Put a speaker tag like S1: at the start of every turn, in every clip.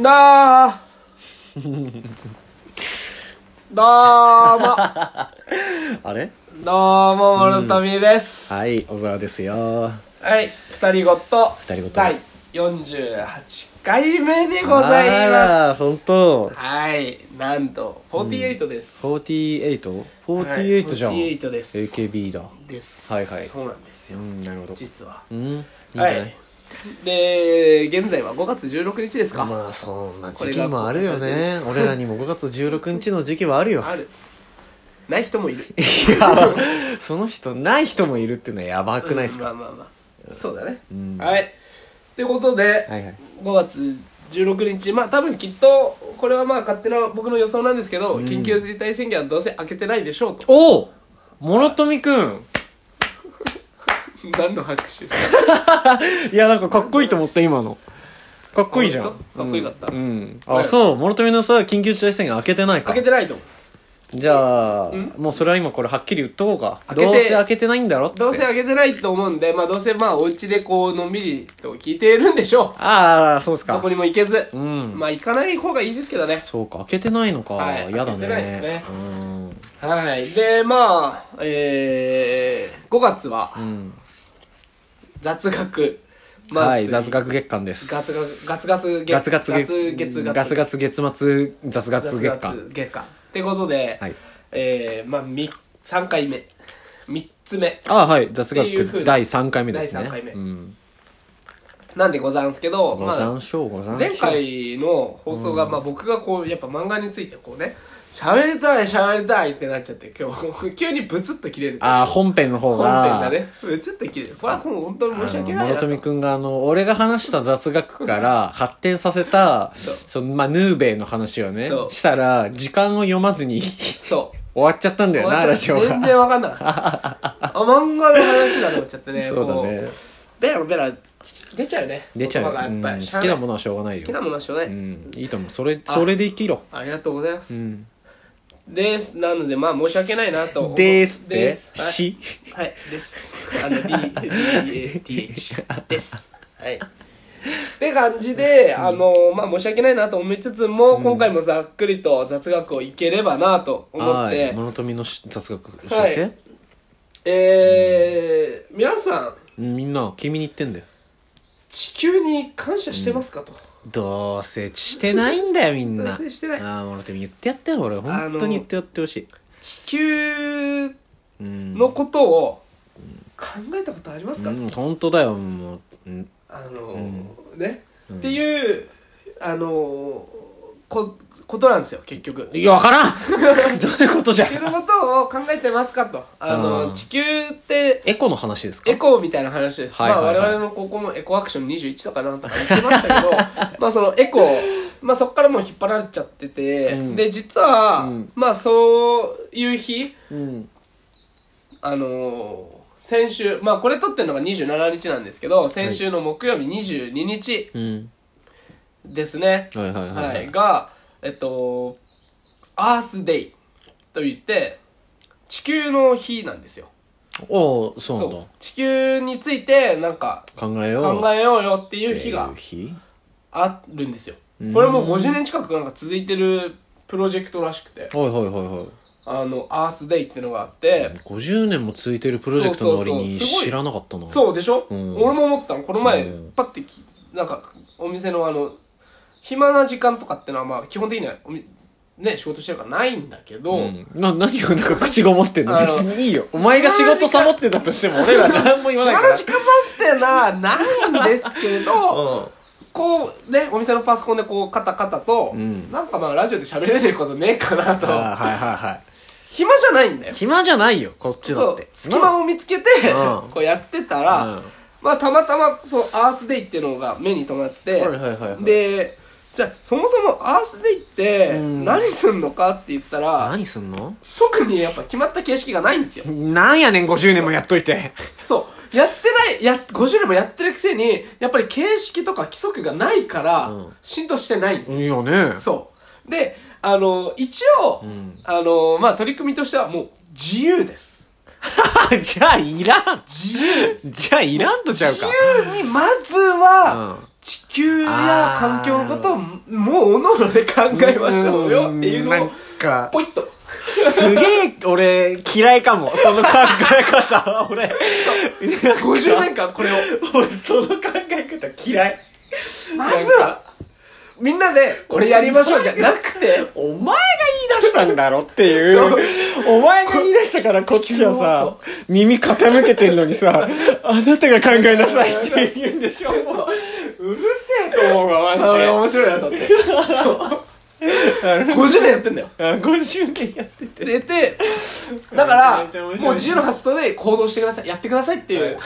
S1: だー どうも
S2: あれ
S1: どうも、諸富です。
S2: はい、小沢ですよ。
S1: はい、二人ごと。
S2: 二人ごと
S1: 第48回目でございま
S2: 本
S1: す。
S2: 当。
S1: はい、なんと、48です。
S2: 48?48
S1: はい
S2: じゃん。
S1: 48です。
S2: AKB だ。
S1: です。
S2: はいはい
S1: そうなんです
S2: う
S1: よ、
S2: ん、なるほど。
S1: 実は。
S2: うん、いいんじゃ
S1: は
S2: ない
S1: い。で、現在は5月16日ですか、
S2: まあ、そんな
S1: これ
S2: 時
S1: が
S2: 期もあるよね。俺らにも5月16日の時期はあるよ。
S1: ある。ない人もいる。
S2: いや、その人、ない人もいるっていうのはやばくないですか、
S1: うんまあまあまあそうだね、
S2: ん
S1: はいということで、
S2: はいはい。
S1: 5月16日まあ多分きっとこれはまあ勝手な僕の予想なんですけど、緊急事態宣言はどうせ開けてないでし ょうと
S2: おお諸富くん
S1: 何の拍手
S2: いや、なんかかっこいいと思った、今の。かっこいいじゃん。
S1: 本当かっこよかった
S2: うん。うん
S1: は
S2: あ、
S1: い
S2: そう、諸富のさ、緊急事態宣言開けてないか
S1: 開け。てないと
S2: じゃあ、もうそれは今これはっきり言っとこうか。
S1: 開けて
S2: どうせ開けてないんだろって。
S1: どうせ開けてないと思うんでまあどうせまあお家でこうのんびりと聞いているんでしょ
S2: ああ、そうです
S1: うど
S2: か
S1: こ。にも行けず、
S2: うん
S1: まあ行かない方がいいですけどね
S2: そうか、開けてないのか。
S1: はい
S2: やだ
S1: 開け
S2: ね。
S1: てないですね
S2: うん。
S1: はいでまあえー、5月は
S2: ん
S1: 雑学マンスリー
S2: はい、雑学月間です。
S1: ガツガツガツ
S2: ガツガツ
S1: ガツ月
S2: 月
S1: ガツ
S2: ガツガツ月末雑
S1: ガツガ
S2: 学月間
S1: ツ月間ってことで、
S2: はい
S1: えー、まあみ3回目3つ目
S2: ああはい雑
S1: っていう風
S2: 学
S1: な
S2: 第3回目ですね
S1: 第三回目
S2: うん、
S1: なんでござんすけど、
S2: ござ
S1: ま
S2: んしょうござ
S1: あ、
S2: んしょう
S1: 前回の放送が、まあ、僕がこうやっぱ漫画についてこうね喋りたい喋りたいってなっちゃって今日 急にブツッと切れる
S2: ああ本編の方
S1: 本
S2: が
S1: 編がねブツッと切れるこれは本当に申し訳ない
S2: 諸
S1: な
S2: 富君があの俺が話した雑 学から発展させた
S1: そう
S2: そのまあヌーベイの話をね
S1: そう
S2: したら時間を読まずに
S1: そう
S2: 終わっちゃったんだよなラジオ
S1: 全
S2: が
S1: 然わかんなかったあ漫画の話だと思っちゃってね
S2: そうだ
S1: こ
S2: ね
S1: ベラベラ出ちゃうね
S2: 出ちゃ
S1: 言葉がや
S2: う、う
S1: っ
S2: ん、
S1: ぱり
S2: 好きなも
S1: の
S2: のはしょうがない
S1: 好
S2: よ
S1: きなものはしょうが
S2: う
S1: ない、
S2: んいいと思うそれそれで生きろ
S1: ありがとうございま
S2: う
S1: す、
S2: ん
S1: ですなのでまあ申し訳ないなと思う
S2: ですって
S1: ですはい
S2: し
S1: はいですあの DDH ですはいって感じで、あのまあ申し訳ないなと思いつつも、今回もざっくりと雑学をいければなと思っ
S2: は
S1: て
S2: い、諸富のし雑学教えて、
S1: はいえー、皆さん
S2: うんみんな君に言ってんだよ
S1: 地球に感謝してますかと、
S2: どうせしてないんだよみんな
S1: どうせしてない
S2: ああ諸富言ってやってよ俺
S1: あ
S2: 本
S1: の
S2: 当に言ってやってほしい
S1: 地球
S2: うん
S1: のことを考えたことありますか、
S2: うん、本当だよもう、うん、
S1: あのーね、っていうあのーこことなんですよ結局
S2: いやわからん どういうことじゃ
S1: 地球のことを考えてますかとあのー
S2: うん
S1: 地球って
S2: エコの話ですか
S1: エコみたいな話です、
S2: はいはいはい
S1: まあ我々の高校もエコアクション21とかなんとか言ってま したけどまあそのエコまあそこからもう引っ張られちゃってて、
S2: うん
S1: で実は、
S2: うん
S1: まあそういう日
S2: うん
S1: あのー先週まあこれ撮ってるのが27日なんですけど先週の木曜日22日
S2: うん
S1: ですね、
S2: はいはいはい、
S1: はい、が、えっと、アースデイと言って、地球の日なんですよ。
S2: おおそうなんだ
S1: そう。地球について、なんか、
S2: 考えよう
S1: 考えようよっていう日
S2: っ
S1: が
S2: ていう日
S1: あるんですよ。これもう50年近くなんか続いてるプロジェクトらしくて、
S2: はいはいはいはい
S1: あの、アースデイってのがあって、
S2: 50年も続いてるプロジェクトの割
S1: そう
S2: に
S1: そうそうすごい
S2: 知らなかったな
S1: そうでしょ、
S2: うん
S1: 俺も思ったのこの前、
S2: うん
S1: パッてきなんかお店のあの暇な時間とかってのはまあ基本的にはおみね仕事してるからないんだけど、
S2: ん、な何をなんか口ごもってんの
S1: あ
S2: 別
S1: の
S2: にいいよお前が仕事サボってたとしても俺ら何も言わない
S1: 暇
S2: か
S1: な
S2: ら
S1: 時間なんてなないんですけ ど、こうねお店のパソコンでこうカタカタと、
S2: ん
S1: なんかまあラジオで喋れることねえかなと
S2: ああはいはいはい
S1: 暇じゃないんだよ
S2: 暇じゃないよこっちだ
S1: そ
S2: っ
S1: う
S2: て
S1: 隙間を見つけて、
S2: うん
S1: こうやってたら、
S2: うん
S1: まあたまたまそうアースデイっていうのが目に留まって、
S2: はいはいはいはい
S1: でじゃあそもそもアースデイって
S2: うん
S1: 何すんのかって言ったら、
S2: 何すんの
S1: 特にやっぱ決まった形式がないんですよ
S2: なんやねん50年もやっといて
S1: そうやってないや50年もやってるくせにやっぱり形式とか規則がないから、
S2: うん
S1: 浸透して ないんですよ
S2: いいよね
S1: そう。で、あの、一応、
S2: ん
S1: あの、まあ、取り組みとしてはもう自由です。
S2: じゃあいらん
S1: 自由。
S2: じゃあいらんとちゃう
S1: 自
S2: か
S1: 由にまずは、
S2: うん
S1: 地球や環境のことをもうおのおので考えましょうよっていうの
S2: なん
S1: を
S2: か
S1: ポイッと
S2: すげえ俺嫌いかもその考え方俺
S1: 50年間これを
S2: 俺その考え方嫌い
S1: まずはみんなでこれやりましょうじゃなくて
S2: お前が言い出したんだろっていうお前が言い出したからこっちはさ耳傾けてんのにさあなたが考えなさいって言うんでしょうるせえと思うわ
S1: あれ
S2: マ
S1: 面白いなと思ってそう50年やってんだよ
S2: ジで50年やってて
S1: 出てだから
S2: めちゃめちゃ面白い
S1: もう自由の発想で行動してくださいやってくださいっていう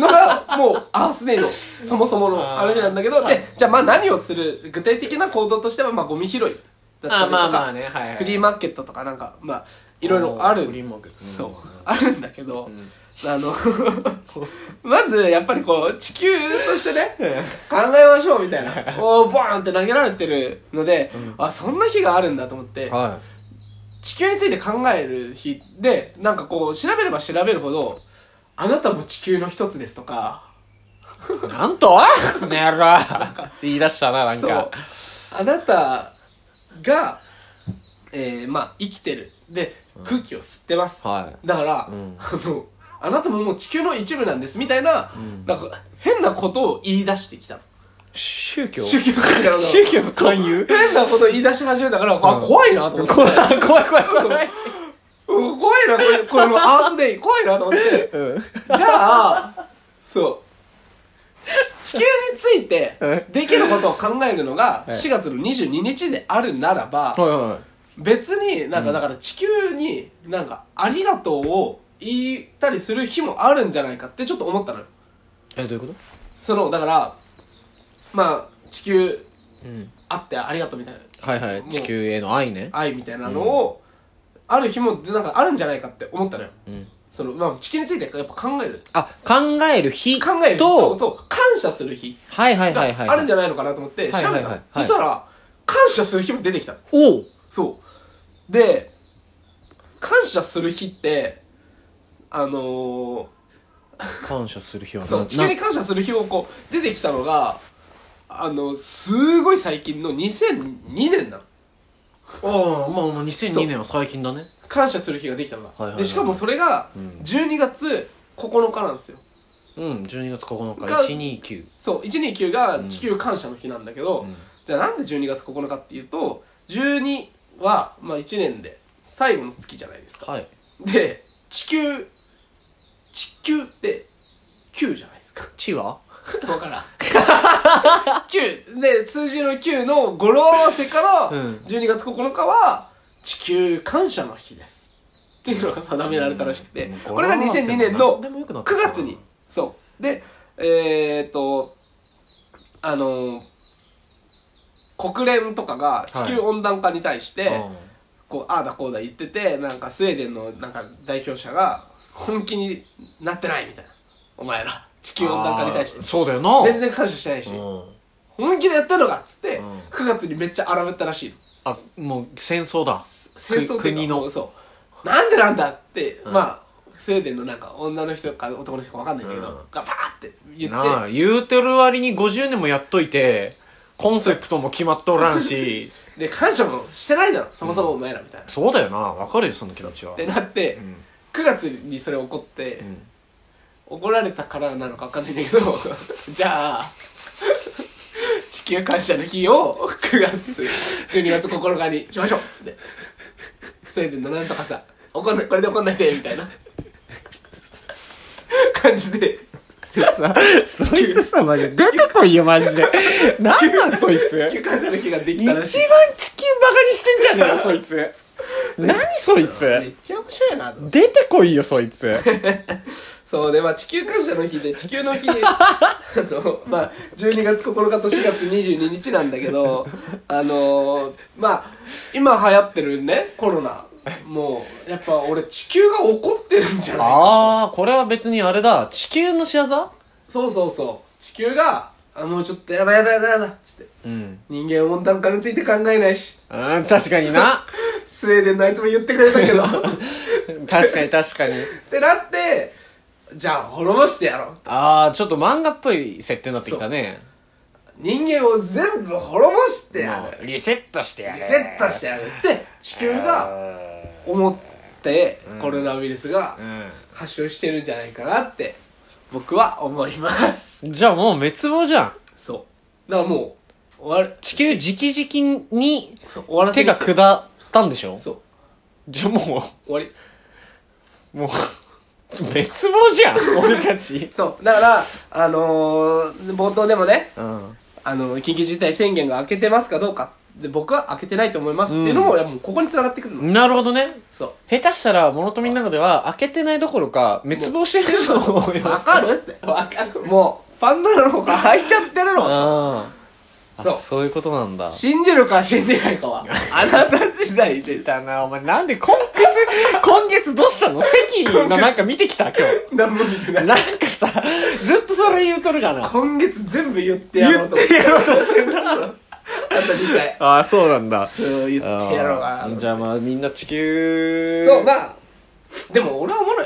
S1: のがもうアースデイのそもそもの話なんだけどでじゃあまあ何をする具体的な行動としてはまあゴミ拾いだったりとか
S2: あまあまあねはいはい
S1: フリーマーケットとかなんかまあいろいろある
S2: フリーマーケット
S1: そうあるんだけど、あのまずやっぱりこう地球としてね考えましょうみたい なおーボーンって投げられてるので、あそんな日があるんだと思って、
S2: は
S1: 地球について考える日でなんかこう調べれば調べるほど「あなたも地球の一つです」とか
S2: いなんとねやろ言い出したな
S1: 「
S2: なん
S1: そう
S2: か
S1: あなたが、えーまあ、生きてる」で空気を吸ってます、
S2: はい
S1: だから、
S2: ん
S1: あの「あなたももう地球の一部なんです」みたいな,、なんか変なことを言い出してきたの
S2: 宗教
S1: 宗教
S2: 宗教の勧誘
S1: 変なことを言い出し始めたから、あ怖いなと思って
S2: 怖い怖い怖い怖い
S1: うん怖いなこれこれもうアースデイ怖いなと思って。
S2: うん
S1: じゃあ、そう。地球についてできることを考えるのが
S2: い
S1: 4月の22日であるならば、
S2: はいはいはい
S1: 別になんかだから地球になんかありがとうを言ったりする日もあるんじゃないかってちょっと思ったのよ。
S2: えどういうこと
S1: その、だから、まあ、地球
S2: うん
S1: あってありがとうみたいな、
S2: はいはい地球への愛ね
S1: 愛みたいなのを、ある日もなんかあるんじゃないかって思ったのよ。
S2: うん
S1: その、まあ地球についてやっぱ考える。
S2: あ考える日
S1: 考える
S2: と
S1: と感謝する日。
S2: はいはいはいはい
S1: があるんじゃないのかなと思って調
S2: はいは
S1: べ
S2: いはい
S1: た
S2: は
S1: の
S2: い
S1: そしたら感謝する日も出てきたの
S2: おう
S1: そうで感謝する日ってあの
S2: 感謝する日は
S1: ー、
S2: な
S1: そう地球に感謝する日をこう出てきたのがあのすごい最近の2002年なの
S2: ああまあまあ2002年は最近だね
S1: 感謝する日ができたのが、
S2: いはいはい
S1: でしかもそれが12月9日なんですよ、
S2: うん12月9日
S1: が
S2: 129
S1: そう129が地球感謝の日なんだけど、じゃあなんで12月9日っていうと12は、まあ、1年で最後の月じゃないですか
S2: はい
S1: で地球地球って9じゃないですか
S2: 地は
S1: わ からん9で数字の9の語呂合わせから
S2: うん
S1: 12月9日は地球感謝の日ですっていうのが定められたらしくて、
S2: うんうん
S1: これが2002年の
S2: 語呂合わせも何でもよくな
S1: 9
S2: ってきた
S1: 月にそうでえー、っとあのー国連とかが地球温暖化に対して、こうああだこうだ言っててなんかスウェーデンのなんか代表者が本気になってないみたいなお前ら地球温暖化に対して
S2: そうだよな
S1: 全然感謝してないし
S2: うん
S1: 本気でやったのかっつって
S2: うん
S1: 9月にめっちゃ荒ぶったらしいの
S2: あもう戦争だ
S1: 戦争っ
S2: く
S1: ていうか
S2: 国
S1: も
S2: の
S1: うそうなんでなんだってまあスウェーデンのなんか女の人か男の人かわかんないんだけど
S2: うん
S1: がバーって言っ
S2: な
S1: て
S2: あ言うてる割に50年もやっといてコンセプトも決まっとらん し
S1: で感謝もしてないだろそもそもお前らみたいな
S2: そうだよなわかるよその気持ちは
S1: ってなって9月にそれ起こって、
S2: ん
S1: 怒られたからなのか分かんないんだけど じゃあ地球感謝の日を9月12月9日にしましょうっつってそれでなんとかさ怒んないこれで怒んないでみたいな感じで
S2: さ、そいつさ、マジで、出てこいよ、マジで。なんなん、そいつ。
S1: 地球感謝の日ができ
S2: 一
S1: た
S2: 番
S1: らしい
S2: 地球バカにして んじゃねえよ、そいつ。何、そい
S1: めっ
S2: つ。
S1: ちゃ面白いなと思って
S2: 出てこいよ、そいつ。
S1: そうねまあ地球感謝の日で地球の 日あのまあ12月9日と4月22日なんだけどあのー、まあ今流行ってるねコロナもうやっぱ俺地球が怒ってるんじゃない
S2: あー、これは別にあれだ、地球の仕業
S1: そうそうそう地球があもうちょっとやだやだやだやだっつって
S2: うん。
S1: 人間温暖化について考えないし
S2: うん、確かにな。
S1: スウェーデンのあいつも言ってくれた けどっ
S2: 確かに確かに。
S1: てなってじゃあ滅ぼしてやろう
S2: あー、ちょっと漫画っぽい設定になってきたね。
S1: 人間を全部滅ぼしてや
S2: も
S1: る
S2: うリセットしてやる
S1: リセットしてやるって地球が思ってコロナウイルスが
S2: う
S1: 発症してるんじゃないかなって僕は思います
S2: んじゃあもう滅亡じゃん
S1: そうだからもう終わる
S2: 地球直々に
S1: そう終わらせ
S2: 手
S1: る
S2: が下ったんでしょ
S1: そう
S2: じゃあも
S1: 終わり
S2: うもう滅亡 じゃん俺たち
S1: そうだからあのー、冒頭でもね
S2: うん
S1: あの緊急事態宣言が明けてますかどうかで僕は明けてないと思います、っていうのもいやもうここに繋がってくるの、
S2: なるほどね
S1: そう
S2: 下手したら物富の中では開けてないどころか滅亡してると思いま
S1: わ
S2: す
S1: かるってわかるもうパンダの方が開いちゃってるの
S2: あーあ
S1: そう
S2: そういうことなんだ
S1: 信じるか信じないかはあなた次第です
S2: だなお前なんで今月今月どうしたの席のなんか見てきた今
S1: 何も見てな
S2: 日
S1: い
S2: なんかさずっとそれ言うとるがな
S1: 今月全部言ってやろうと思ってあと2回
S2: ああそうなんだ
S1: そう言ってやろうかな
S2: じゃあまあみんな地球
S1: そうまあでも俺は思うの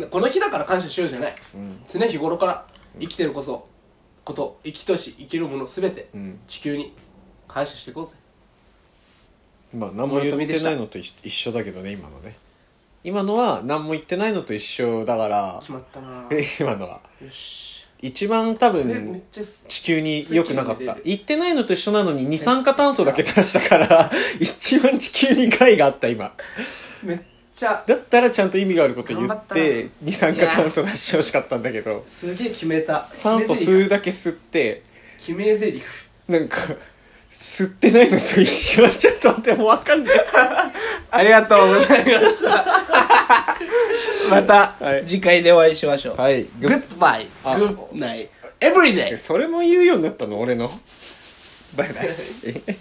S1: よ、この日だから感謝しようじゃない、常日頃から生きてるこそこと生きとし生きるものすべて、
S2: ん
S1: 地球に感謝していこうぜ
S2: まあ何も言っ
S1: 物富で
S2: て
S1: し
S2: な
S1: た
S2: いのと一一緒だけどね今のね今のは何も言ってないのと一緒 だから
S1: 決まったな
S2: 今のは
S1: よし
S2: 一番多
S1: えめっ
S2: 分
S1: ちゃす
S2: 地球に良くなかっ
S1: 好きに
S2: た
S1: 出る
S2: 言ってないのと一緒なのに二酸化炭素だけ出したから一番地球に害があった今
S1: めっちゃ
S2: だったらちゃんと意味があること言
S1: 頑張
S2: っ
S1: ったな
S2: て二酸化炭素出してほしかったんだけど
S1: すげえ決めた
S2: 酸素吸うだけ吸って
S1: 決め台詞
S2: なんか吸ってないのと一緒はちょっと待ってもう分かんない
S1: ありがとうございました また、
S2: はい
S1: 次回でお会いしましょう、
S2: はい
S1: グッドバイグ
S2: あ
S1: ッドナイエブリデイ
S2: それも言うようになったの俺のバイバイ